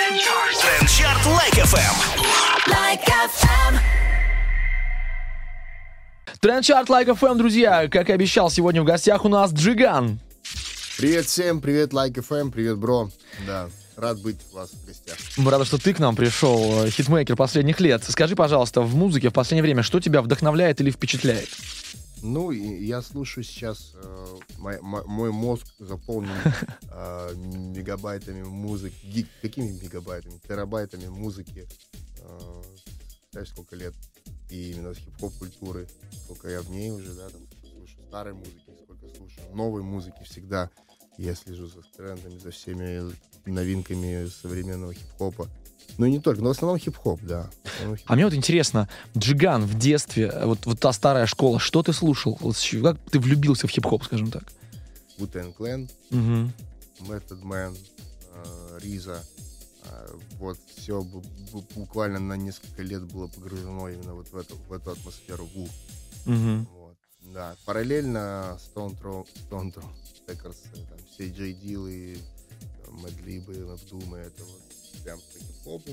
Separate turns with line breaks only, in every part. Трендчарт Лайк ФМ.
Трендчарт Лайк ФМ, друзья. Как и обещал, сегодня в гостях у нас Джиган.
Привет всем, привет Лайк ФМ, привет, бро. Да, рад быть у вас в гостях.
Мы рады, что ты к нам пришел, э, хитмейкер последних лет. Скажи, пожалуйста, в музыке в последнее время что тебя вдохновляет или впечатляет?
Ну, и я слушаю сейчас, э, мой, мо- мой мозг заполнен э, мегабайтами музыки, гиг- какими мегабайтами, терабайтами музыки. Э, Знаешь, сколько лет. И именно с хип-хоп культуры, сколько я в ней уже, да, там, слушаю старой музыки, сколько слушаю новой музыки всегда. Я слежу за трендами, за всеми новинками современного хип-хопа. Ну и не только, но в основном хип-хоп, да. В основном
А мне вот интересно, Джиган в детстве, э, вот, вот та старая школа, что ты слушал? Вот с чего- как ты влюбился в хип-хоп, скажем так?
Wu-Tang Clan,
Мгм.
Method Man, э, Риза. Э, Вот все буквально на несколько лет было погружено именно вот в эту, в эту атмосферу Ву.
Мгм.
Вот. Да, параллельно Stone Throw, Stone Throw Records, э, там все Джей Дилы, э, Мэдлибы, Мэтдумы, это вот прям по хип-хопу.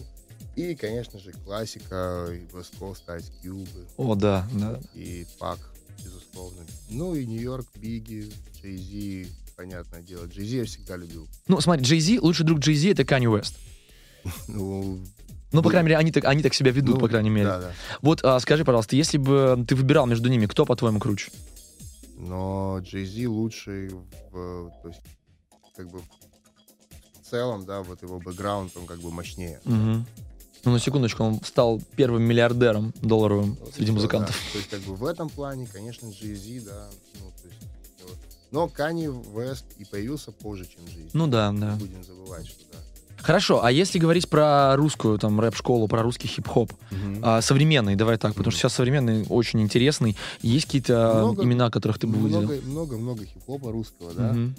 И, конечно же, классика, и West Coast, Ice Cube,
О, да, да.
и Пак, безусловно. Ну и Нью-Йорк, Бигги, Джей Зи, понятное дело. Джей Зи я всегда любил.
Ну, смотри, Джей Зи, лучший друг Джей Зи это Канни Уэст.
Ну,
Ну, по
Ну,
крайней мере, они так, они так себя ведут,
ну,
по крайней мере.
Да, да.
Вот а, скажи, пожалуйста, если бы ты выбирал между ними, кто, по-твоему, круче?
Но Джей-Зи лучший, в, э, то есть, как бы, в целом, да, вот его бэкграунд, он как бы мощнее.
Мгм. Ну, на секундочку, он стал первым миллиардером долларовым
Вот
среди
и всё,
музыкантов.
да. То есть, как бы, в этом плане, конечно, Джей-Зи, да, ну, то есть, вот. но Кани Вест и появился позже, чем Джей-Зи.
Ну да, да.
Не Будем забывать, что да.
Хорошо, а если говорить про русскую там рэп-школу, про русский хип-хоп, а, современный, давай так, потому что сейчас современный очень интересный. Есть какие-то
Много-
имена, которых ты бы выделил?
много, много, много хип-хопа русского, да,
Мгм.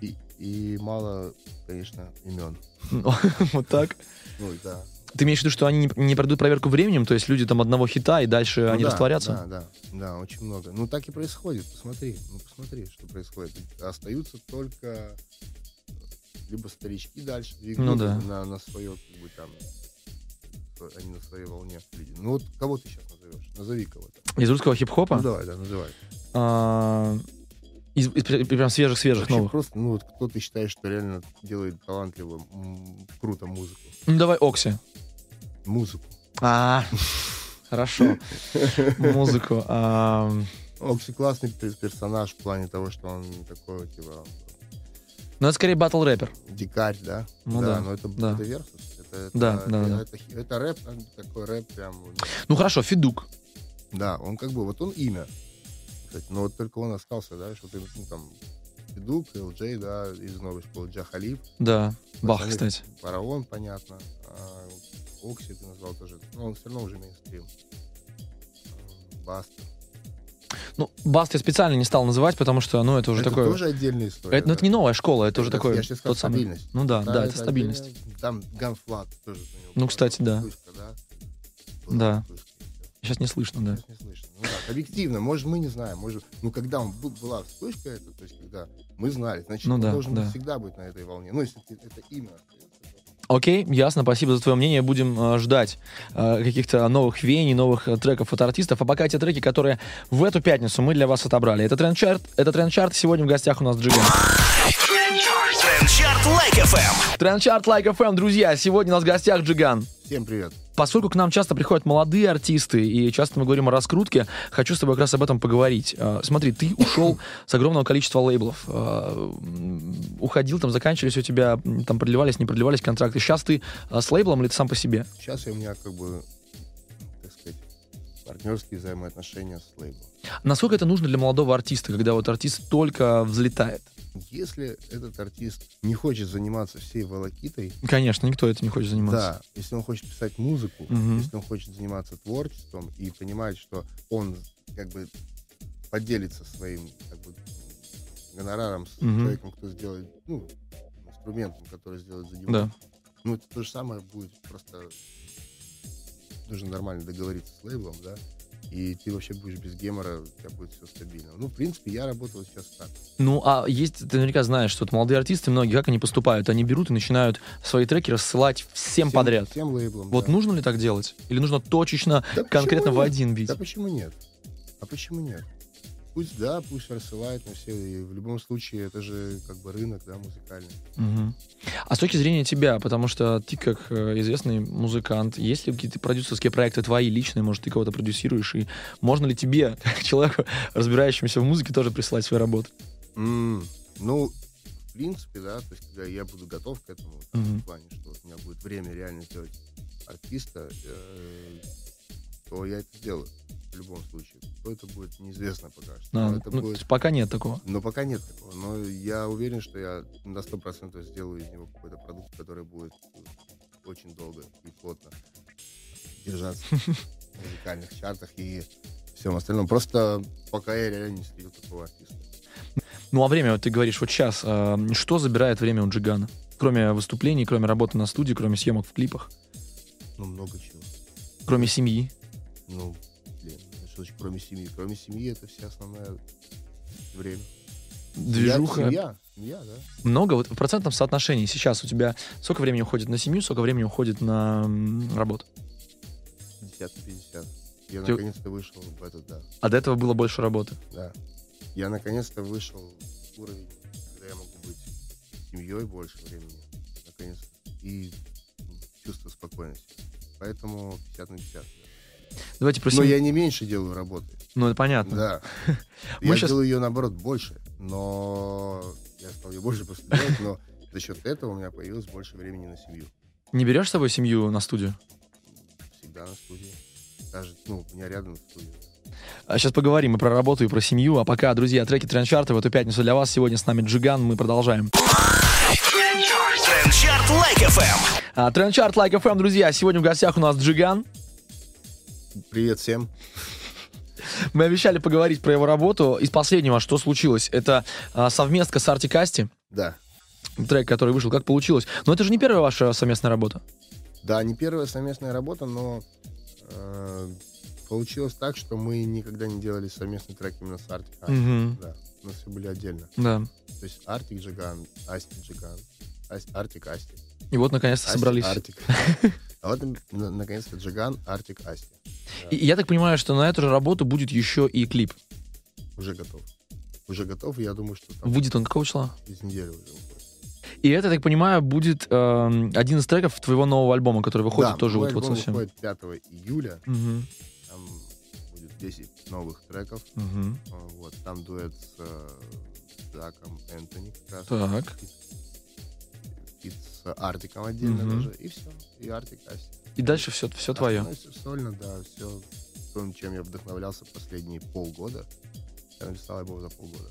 и, и мало, конечно, имен.
Ну, Вот так.
Ну, да.
Ты имеешь в виду, что они не- не пройдут проверку временем, то есть люди там одного хита и дальше
Ну
они
да,
растворятся?
Да, да, да, очень много. Ну так и происходит. Посмотри, ну посмотри, что происходит. Остаются только э, либо старички дальше двигаются
Ну да.
на, на свое, как бы там, сво- они на своей волне люди. Ну вот кого ты сейчас назовешь? Назови кого-то.
Из русского
Ну
хип-хопа?
давай, да, называй.
А, Из из пр- прям свежих-свежих
Вообще
новых.
просто, ну вот кто ты считаешь, что реально делает талантливо, м, круто музыку?
Ну давай Окси.
Музыку.
А, хорошо. Музыку. а, ам.
Окси классный пер- персонаж в плане того, что он такой, типа,
Ну, это скорее батл рэпер.
дикарь, да?
Ну да,
но это,
да.
это Версус. Это, это-
Да,
это,
да, да.
Это, хи- это рэп, а, такой рэп прям... ну,
Ну хорошо, Федук.
Да, он как бы, вот он имя. Кстати, но вот только он остался, да, что ты, ну, там, Федук, Элджей, да, из новой школы Джахалип.
Да. Бах,
Пацаны,
кстати.
Фараон, понятно. А, Окси ты назвал тоже. Но он все равно уже мейнстрим. М, Баста.
Ну, Баст я специально не стал называть, потому что, ну, это уже
это
такое...
тоже отдельная история.
Это, ну, это не новая школа, это уже такое...
Я сейчас сказал
тот самый.
стабильность.
Ну да, да, это
это
стабильность.
отдельная- Там Ганфлат тоже. у него
Ну,
была
кстати, да.
вспышка, да.
Да.
Вспышка, и всё.
Сейчас не слышно, да.
Сейчас не слышно. Ну да, объективно, может, мы не знаем. Может, ну, когда он был- была вспышка эта, то есть, когда мы знали, значит,
Ну
он
да,
должен
да.
всегда быть на этой волне. Ну, если ты- это имя остается, то-
Окей, ясно, спасибо за твое мнение. Будем э, ждать э, каких-то новых веяний, новых э, треков от артистов. А пока те треки, которые в эту пятницу мы для вас отобрали. Это тренд-чарт, это тренд-чарт. Сегодня в гостях у нас Джиган.
Трендчарт Лайк ФМ.
Тренд-чарт Like FM, друзья. Сегодня у нас в гостях Джиган.
Всем привет.
Поскольку к нам часто приходят молодые артисты, и часто мы говорим о раскрутке, хочу с тобой как раз об этом поговорить. Э, Смотри, ты ушел с огромного количества лейблов. Э, м, Уходил, там заканчивались у тебя, м, там продлевались, не продлевались контракты. Сейчас ты э, с лейблом или ты сам по себе?
Сейчас я- у меня, как бы, так сказать, партнерские взаимоотношения с лейблом.
Насколько это нужно для молодого артиста, когда вот артист только взлетает?
Если этот артист не хочет заниматься всей волокитой,
Конечно, никто это не хочет заниматься.
Да, если он хочет писать музыку,
Мгм.
если он хочет заниматься творчеством и понимает, что он как бы поделится своим как бы, гонораром с
Мгм.
человеком, кто сделает, ну, инструментом, который сделает за него.
Да.
Ну, это то же самое будет, просто нужно нормально договориться с лейблом, да, и ты вообще будешь без гемора, у тебя будет все стабильно. Ну, в принципе, я работал сейчас так.
Ну, а есть, ты наверняка знаешь, что вот молодые артисты, многие, как они поступают? Они берут и начинают свои треки рассылать всем,
Всем-
подряд.
Всем лейблам.
Вот
да.
нужно ли так делать? Или нужно точечно,
Да почему
конкретно в
нет?
один бить?
Да почему нет? А почему нет? Пусть да, пусть рассылает на все. И в любом случае, это же как бы рынок, да, музыкальный.
Мгм. А с точки зрения тебя, потому что ты как э, известный музыкант, есть ли какие-то продюсерские проекты твои личные, может, ты кого-то продюсируешь, и можно ли тебе, как человеку, разбирающемуся в музыке, тоже присылать свои работы?
М, Ну, в принципе, да, то есть когда я буду готов к этому, в том
Мгм.
плане, что у меня будет время реально сделать артиста, э, то я это сделаю в любом случае. Кто это будет, неизвестно пока что.
А,
Но это
ну, то
будет-
есть пока нет такого.
Но пока нет такого. Но я уверен, что я на 100% сделаю из него какой-то продукт, который будет э, очень долго и плотно держаться в музыкальных чартах и всем остальном. Просто пока я реально не следил такого артиста.
Ну а время, вот ты говоришь, вот сейчас, что забирает время у Джигана? Кроме выступлений, кроме работы на студии, кроме съемок в клипах,
Ну, много чего.
кроме семьи.
Ну, блин, ну, что значит кроме семьи? Кроме семьи это вся основная время.
Движуха.
Я- Семья, семья, да.
Много вот в процентном соотношении сейчас у тебя сколько времени уходит на семью, сколько времени уходит на м, работу?
50 на 50. Я
Ты-
наконец-то вышел в этот, да.
А до этого было больше работы.
Да. Я наконец-то вышел в уровень, когда я могу быть с семьей больше времени. Наконец-то. И чувство спокойности. Поэтому 50 на 50.
Давайте про
Но
семью.
Ну, я не меньше делаю работы.
Ну, это понятно.
Да.
Мы
Я
щас-
делаю ее наоборот больше. Но я стал ее больше просто делать, но за счет этого у меня появилось больше времени на семью.
Не берешь с собой семью на студию?
Всегда на студии. Даже, ну, у меня рядом студия.
А сейчас поговорим и про работу, и про семью. А пока, друзья, треки Трендчарта в эту пятницу для вас. Сегодня с нами Джиган, мы продолжаем.
Трендчарт Лайк ФМ.
А, Трендчарт, Лайк FM, друзья. Сегодня в гостях у нас Джиган.
Привет всем.
Мы обещали поговорить про его работу. Из последнего, что случилось, это а, совместка с Арти Касти,
Да.
трек, который вышел. Как получилось? Но это же не первая ваша совместная работа.
Да, не первая совместная работа, но э, получилось так, что мы никогда не делали совместный трек именно с Артик.
Мгм.
Да, у нас все были отдельно.
Да.
То есть Артик Джиган, Асти Джиган, Ас- Артик Асти.
И вот наконец-то
Асти,
собрались.
Артик. А вот на- наконец-то Джиган, Артик Асти.
И, и я так понимаю, что на эту же работу будет еще и клип.
Уже готов. Уже готов, и я думаю, что там
Выйдет он какого числа?
через неделю уже будет.
И это, я так понимаю, будет эм, один из треков твоего нового альбома, который выходит
Да,
тоже
мой
вот, вот
альбом
совсем.
выходит 5 июля.
Мгм,
Там будет 10 новых треков.
мгм.
А, Вот, там дуэт с э, Заком Энтони как раз.
Так.
И- И с Артиком отдельно
Мгм.
даже. И все. И Артик Асти.
И дальше все, все твое.
Остальное всё сольно, да. Все том, чем я вдохновлялся последние полгода. Я написал его за полгода.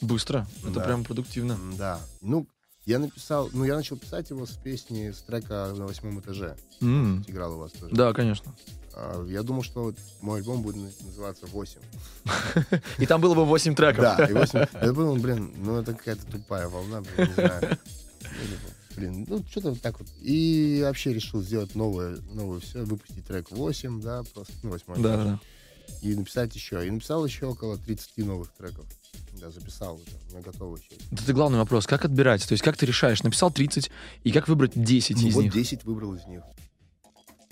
Быстро. Это
Да.
прям продуктивно.
М, Да. Ну, я написал, ну, я начал писать его с песни, с трека на восьмом этаже.
М,
Играл у вас тоже.
Да, конечно.
А, я думал, что вот мой альбом будет на- называться «Восемь».
И там было бы 8 треков.
Да, и 8. Я думал, блин, ну это какая-то тупая волна, блин, не знаю. Или, Блин, ну что-то вот так вот. И вообще решил сделать новое, новое все, выпустить трек 8, да, просто, ну, 8
Да, да.
И написать еще. И написал еще около 30 новых треков. Да, записал уже. У меня готово еще.
Вот Это главный вопрос. Как отбирать? То есть как ты решаешь? Написал 30, и как выбрать 10
Ну,
из
вот
них?
10 выбрал из них.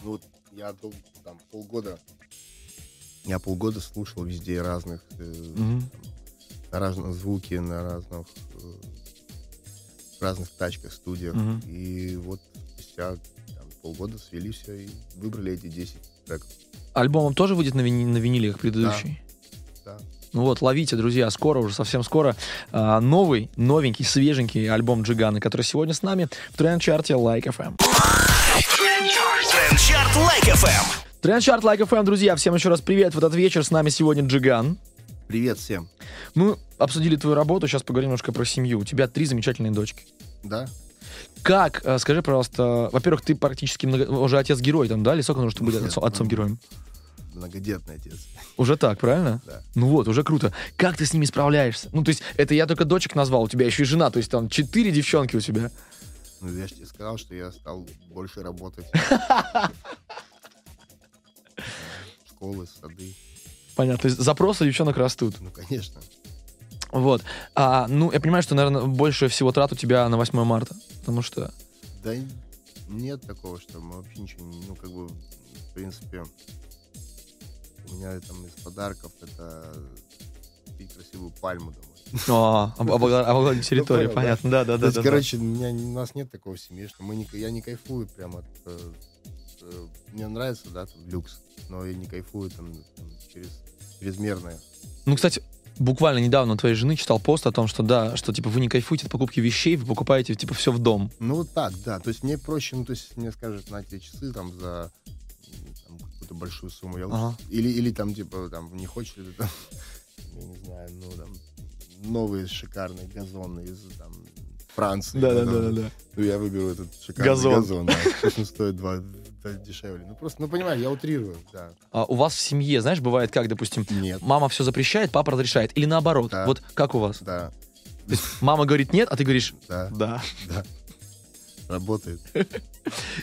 Ну вот я дол- там полгода. Я полгода слушал везде разных э,
Мгм.
на разном звуке, на разных э, в разных тачках, студиях.
Мгм.
И вот спустя там, полгода свели все и выбрали эти 10 треков.
Альбом он тоже выйдет на, вини- на виниле, как предыдущий?
Да.
Ну вот, ловите, друзья, скоро, уже совсем скоро, а, новый, новенький, свеженький альбом Джигана, который сегодня с нами в тренд-чарте Эм. Like FM.
Трендчарт Лайк ФМ.
Тренд-чарт Like FM, Эм, друзья, всем еще раз привет в этот вечер, с нами сегодня Джиган.
Привет всем!
Мы обсудили твою работу, сейчас поговорим немножко про семью. У тебя три замечательные дочки.
Да?
Как, э, скажи, пожалуйста, во-первых, ты практически много- уже отец-герой там, да, или сколько нужно, чтобы быть
Нет,
отцом- отцом-героем?
Многодетный отец.
Уже так, правильно?
Да.
Ну вот, уже круто. Как ты с ними справляешься? Ну, то есть, это я только дочек назвал, у тебя еще и жена, то есть там четыре девчонки у тебя.
Ну, я же тебе сказал, что я стал больше работать. Школы, сады.
Понятно. То есть запросы у девчонок растут.
Ну, конечно.
Вот. А, ну, я понимаю, что, наверное, больше всего трат у тебя на 8 марта. Потому что...
Да н- нет такого, что мы вообще ничего не... Ну, как бы, в принципе, у меня там из подарков это купить красивую пальму домой.
А, об- обогла- обогладить территорию,
понял, да.
понятно. Да, да,
Ну, То
да.
есть,
да, да.
короче, у, меня, у нас нет такого в семье, что мы не, к- я не кайфую прям от... э, э, мне нравится, да, там, люкс, но я не кайфую там, там, через чрезмерное.
Ну, кстати, буквально недавно у твоей жены читал пост о том, что да, что типа вы не кайфуете от покупки вещей, вы покупаете типа все в дом.
Ну, вот так, да. То есть мне проще, ну, то есть мне скажут, на те часы там за м, там, какую-то большую сумму. Я лучше-
Ага.
или, или там, типа, там, не хочешь ли ты там, я не знаю, ну, там, новые шикарные газоны из там, Франции. ну, там,
да.
Ну, я выберу этот шикарный
Газон.
газон. да. Пусть он стоит два да, дешевле. Ну, просто, ну, понимаю, я утрирую, да.
А у вас в семье, знаешь, бывает как, допустим,
Нет,
мама все запрещает, папа разрешает. Или наоборот.
Да.
Вот как у вас?
да,
То есть мама говорит нет, а ты говоришь
да,
да.
работает.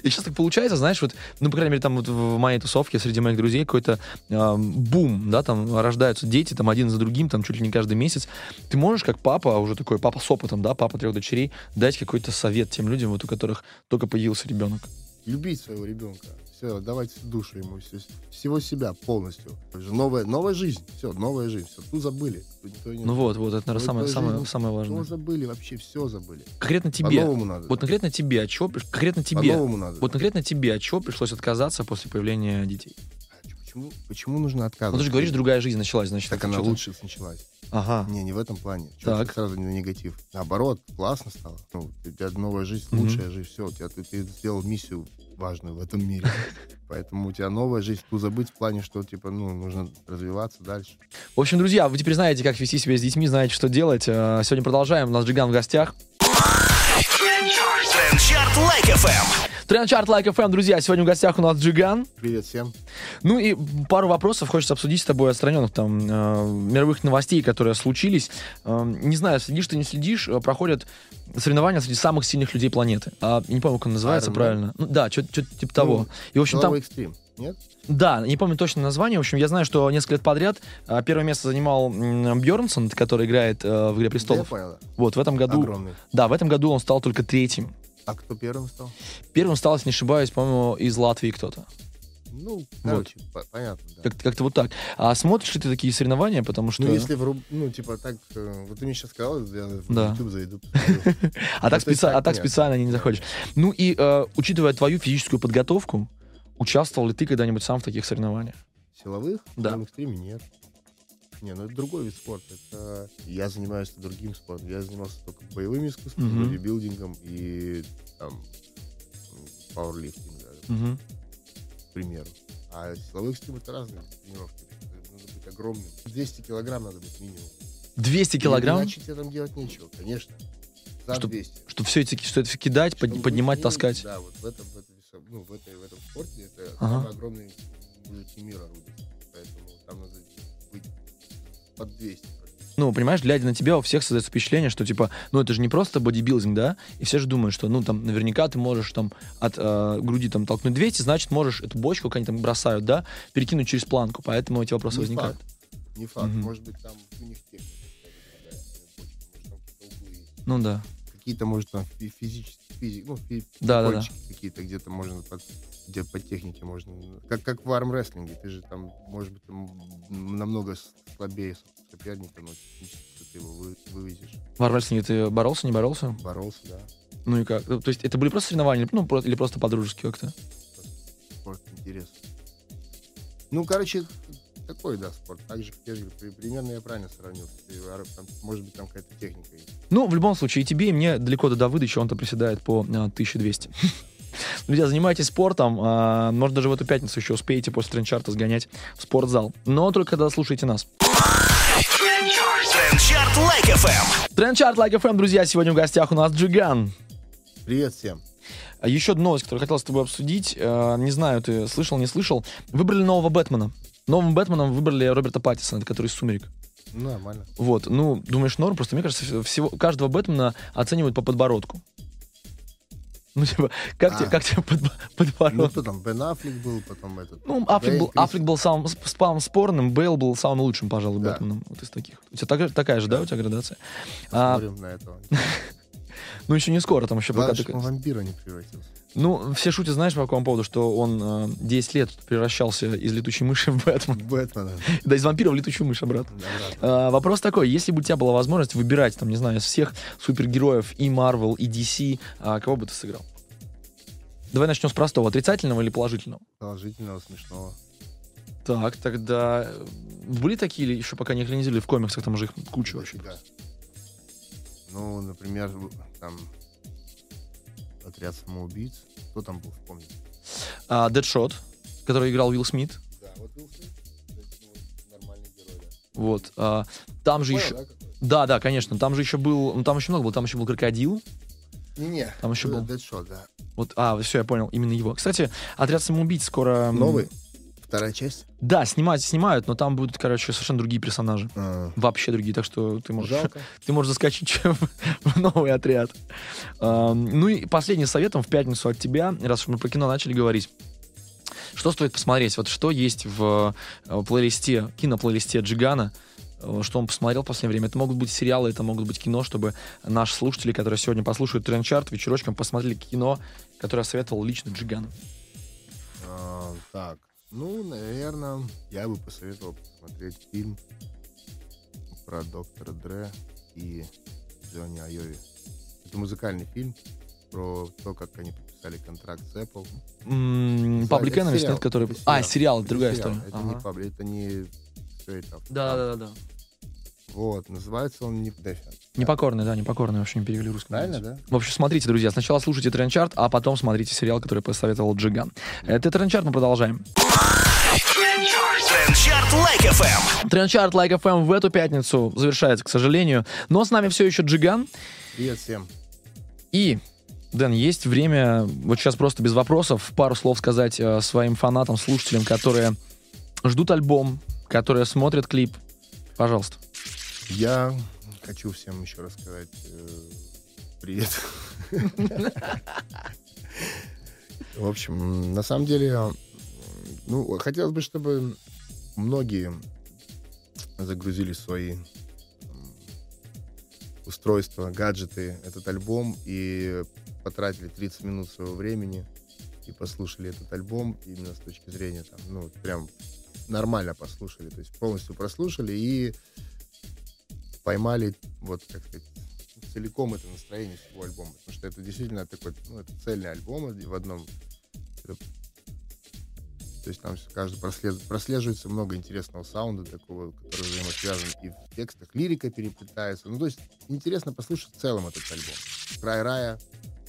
И сейчас так получается, знаешь, вот, ну, по крайней мере, там вот в моей тусовке среди моих друзей какой-то эм, бум, да, там рождаются дети, там один за другим, там чуть ли не каждый месяц. Ты можешь, как папа, а уже такой папа с опытом, да, папа трех дочерей, дать какой-то совет тем людям, вот у которых только появился ребенок?
Любить своего ребенка. Все, отдавать душу ему, всё- всего себя полностью. Это же Новая, новая жизнь, все, новая жизнь, все, ту забыли. ту никто не-
Ну вот, вот, это, наверное,
Ой,
самое,
твою
самое,
жизнь.
самое
Ту
важное.
забыли, вообще все забыли.
Конкретно тебе,
По-новому надо.
вот конкретно тебе, от чего, приш- конкретно тебе,
По-новому надо.
вот конкретно тебе, от чего пришлось отказаться после появления детей?
А чё- Почему, почему нужно
Ну,
отказываться?
ты же говоришь, другая жизнь началась, значит.
Так
это
она
что-то-
лучше началась.
Ага.
Не, не в этом плане. Чё
Так.
ты сразу не на негатив. Наоборот, классно стало. Ну, у тебя новая жизнь,
Мгм.
лучшая жизнь, все. У тебя ты, ты сделал миссию важную в этом мире. Поэтому у тебя новая жизнь, ту забыть в плане, что типа, ну, нужно развиваться дальше.
В общем, друзья, вы теперь знаете, как вести себя с детьми, знаете, что делать. Э, Сегодня продолжаем. У нас Джиган в гостях.
Трендчарт Лайк FM.
Тренд-чарт Лайк FM, друзья. Сегодня в гостях у нас Джиган.
Привет всем.
Ну и пару вопросов хочется обсудить с тобой отстраненных там э, мировых новостей, которые случились. Э, не знаю, следишь ты, не следишь, э, проходят соревнования среди самых сильных людей планеты. А, я не помню, как он называется
Iron Man?
правильно. Ну, да, что-то типа того. и, в общем, там
Головой экстрим. Нет?
Да, не помню точно название. В общем, я знаю, что несколько лет подряд а, первое место занимал Бьернсон, который играет э, в «Игре
Да, я
престолов».
понял.
Вот, в этом году...
Огромный.
Да, в этом году он стал только третьим.
А кто первым стал?
Первым стал, если не ошибаюсь, по-моему, из Латвии кто-то.
Ну, короче, по- понятно, да.
Как- Как-то вот так. А смотришь ли ты такие соревнования, потому что...
Ну, если вруб... Ну, типа так... э, Вот ты мне сейчас сказал, я в
Да.
YouTube зайду. посмотрю.
а, так
ну, то есть
специ- а
так,
так
нет.
специально не заходишь. Ну и, э, учитывая твою физическую подготовку, участвовал ли ты когда-нибудь сам в таких соревнованиях?
Силовых?
Да.
В экстриме нет. Не, ну это другой вид спорта. Это... Я занимаюсь другим спортом. Я занимался только боевым искусством,
Мгм.
бодибилдингом и там м, пауэрлифтингом,
Мгм.
к примеру. А силовых экстрим это разные тренировки. Это Надо быть огромным. 200 килограмм надо быть минимум.
200 килограмм?
Иначе тебе там делать нечего, конечно. За
Чтоб
200.
Чтобы все эти, что это кидать, под-
Чтобы быть
поднимать,
сильным,
таскать.
Да, вот в этом, в этом, весо- ну, в этой, в этом спорте это
Ага.
самый огромный мужики мира орудие. Поэтому там надо быть под 200.
ну, понимаешь, глядя на тебя, у всех создается впечатление, что, типа, ну, это же не просто бодибилдинг, да? И все же думают, что, ну, там, наверняка ты можешь, там, от э, груди, там, толкнуть 200, значит, можешь эту бочку, как они там бросают, да, перекинуть через планку, поэтому эти вопросы
Не
возникают.
Не факт.
Мгм.
Может быть, там у них техника. какая-то другая, почки, может, там какие-то углы есть.
Ну, да.
Какие-то, может, там фи- физические, физи- ну, фи-
Да, да, да.
прикольчики какие-то где-то можно под- где по технике можно. Как, как в армрестлинге. Ты же там, может быть, там м, намного с- слабее соперника, но технически ты его вы- вывезешь.
В армрестлинге ты боролся, не боролся?
Боролся, да.
Ну и как? Ну, То есть это были просто соревнования, ну, про- или просто по-дружески как-то?
спорт интересно. Ну, короче, такой, да, спорт. Так же, как я же говорю, при- примерно я правильно сравнил. Ты, а, там, может быть, там какая-то техника есть.
Ну, в любом случае, и тебе, и мне далеко до Давыдыча, он-то приседает по а, 1200. Друзья, занимайтесь спортом. а, может, даже в эту пятницу еще успеете после тренчарта сгонять в спортзал. Но только когда слушаете нас.
Трендчарт Лайк FM.
Трендчарт Лайк FM, друзья, сегодня в гостях у нас Джиган.
Привет всем.
А Еще одна новость, которую хотел с тобой обсудить. Э, Не знаю, ты слышал, не слышал. Выбрали нового Бэтмена. Новым Бэтменом выбрали Роберта Паттисона, это который из «Сумерек».
Ну, нормально.
Вот, ну, думаешь, норм? Просто, мне кажется, всего, каждого Бэтмена оценивают по подбородку. Ну, типа, как,
А.
тебе, как тебе подбо-
Ну,
подборол?
кто там, Бен Аффлек был, потом этот...
Ну, Аффлек
Бэйл,
был,
Крис-
Аффлек был самым, сп- самым спорным, Бейл был самым лучшим, пожалуй,
Да.
Бэтменом. Вот из таких. У тебя такая, такая же, да, у тебя градация? А,
Посмотрим на этого.
ну, еще не скоро, там еще пока...
Главное, чтобы
такая-
он в вампира а не превратился.
Ну, все шутят, знаешь, по какому поводу, что он э, 10 лет превращался из летучей мыши в Бэтмен.
Бэтмена.
Да, из вампира в летучую мышь обратно.
обратно.
Э, Вопрос такой, если бы у тебя была возможность выбирать, там, не знаю, из всех супергероев и Marvel, и DC, а, кого бы ты сыграл? Давай начнем с простого, отрицательного или положительного?
Положительного, смешного.
Так, тогда э, были такие или еще пока не экранизировали в комиксах, там же их куча вообще.
Дофига. Ну, например, там... Отряд самоубийц. Кто там был, вспомните?
А, Дэдшот, который играл Уилл Смит,
Да, вот Уилл ну, нормальный герой,
вот. а, там же еще... Да, да, конечно, там же еще был... Ну, там еще много было, там еще был Крокодил,
Не-не. Э,
там еще был...
Дэдшот, да.
Вот, а, все, я понял, именно его. Кстати, «Отряд самоубийц» скоро... м,
Новый? Вторая часть?
Да, снимать снимают, но там будут, короче, совершенно другие персонажи.
А,
Вообще другие, так что ты можешь,
Жалко.
ты можешь заскочить в, в новый отряд. Ам, ну и последний советом в пятницу от тебя, раз уж мы про кино начали говорить. Что стоит посмотреть? Вот что есть в э, плейлисте, киноплейлисте Джигана, э, что он посмотрел в последнее время. Это могут быть сериалы, это могут быть кино, чтобы наши слушатели, которые сегодня послушают Трендчарт, вечерочком посмотрели кино, которое советовал лично Джиган.
А, Так. Ну, наверное, я бы посоветовал посмотреть фильм про доктора Дре и Джонни Айови. Это музыкальный фильм про то, как они подписали контракт с Apple.
М,
Зай-
Ну, Паблик
это
Enemy,
сериал,
нет, который...
это
А, сериал, это другая
сериал,
история.
Это
Ага.
не пабли, это не straight up.
Да, да, да, да.
Вот, называется он не да, щас.
Непокорный, да, непокорный, вообще не перевели русский.
Правильно, да?
В общем, смотрите, друзья, сначала слушайте трендчарт, а потом смотрите сериал, который посоветовал Джиган. Это трендчарт, мы продолжаем.
Трендчарт Лайк ФМ.
Трендчарт Лайк ФМ в эту пятницу завершается, к сожалению. Но с нами все еще Джиган.
Привет всем.
И, Дэн, есть время, вот сейчас просто без вопросов, пару слов сказать э, своим фанатам, слушателям, которые ждут альбом, которые смотрят клип. Пожалуйста.
Я хочу всем еще рассказать э, привет. В общем, м, на самом деле, м, ну, хотелось бы, чтобы многие загрузили свои м, устройства, гаджеты, этот альбом и потратили 30 минут своего времени и послушали этот альбом именно с точки зрения, там, ну, прям нормально послушали, то есть полностью прослушали и поймали, вот, как сказать, целиком это настроение всего альбома. Потому что это действительно такой, ну, это цельный альбом в одном. Это- То есть там всё- каждый прослед- прослеживается много интересного саунда такого, который взаимосвязан и в текстах. Лирика переплетается. Ну, то есть интересно послушать в целом этот альбом. Край рая,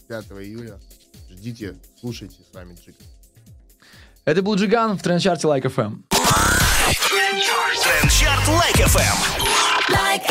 5 июля. Ждите, слушайте с вами Джик.
Это был Джиган в трендчарте Лайк ФМ.
Трендчарт Лайк ФМ.
Like